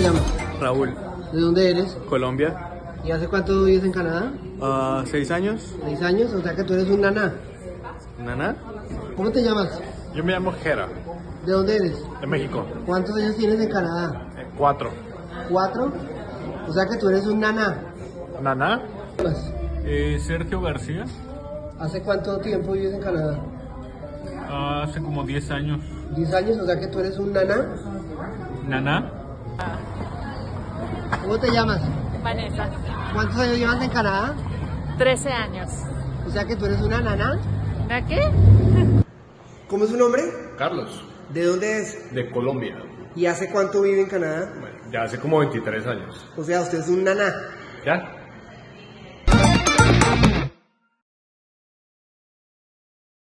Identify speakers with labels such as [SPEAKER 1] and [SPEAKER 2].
[SPEAKER 1] llamas?
[SPEAKER 2] Raúl,
[SPEAKER 1] ¿De dónde eres?
[SPEAKER 2] Colombia,
[SPEAKER 1] ¿Y hace cuánto vives en Canadá?
[SPEAKER 2] ah, seis años,
[SPEAKER 1] ¿Seis años? O sea que tú eres un naná.
[SPEAKER 2] nana.
[SPEAKER 1] ¿Cómo te llamas?
[SPEAKER 2] Yo me llamo Jera,
[SPEAKER 1] ¿De dónde eres?
[SPEAKER 2] de México,
[SPEAKER 1] ¿Cuántos años tienes en Canadá?
[SPEAKER 2] eh, cuatro.
[SPEAKER 1] ¿Cuatro? O sea que tú eres un naná.
[SPEAKER 2] Nana.
[SPEAKER 1] Pues,
[SPEAKER 2] Eh, Sergio García,
[SPEAKER 1] ¿Hace cuánto tiempo vives en Canadá?
[SPEAKER 2] Ah, hace como diez años.
[SPEAKER 1] ¿Diez años? O sea que tú eres un naná.
[SPEAKER 2] Nana.
[SPEAKER 1] ¿Cómo te llamas?
[SPEAKER 3] Vanessa,
[SPEAKER 1] ¿Cuántos años llevas en Canadá?
[SPEAKER 3] 13 años.
[SPEAKER 1] O sea que tú eres una naná.
[SPEAKER 3] ¿A qué?
[SPEAKER 1] ¿Cómo es su nombre?
[SPEAKER 4] Carlos,
[SPEAKER 1] ¿De dónde es?
[SPEAKER 4] de Colombia.
[SPEAKER 1] ¿Y hace cuánto vive en Canadá?
[SPEAKER 4] Bueno, ya hace como 23 años.
[SPEAKER 1] O sea, usted es un naná.
[SPEAKER 4] ¿Ya?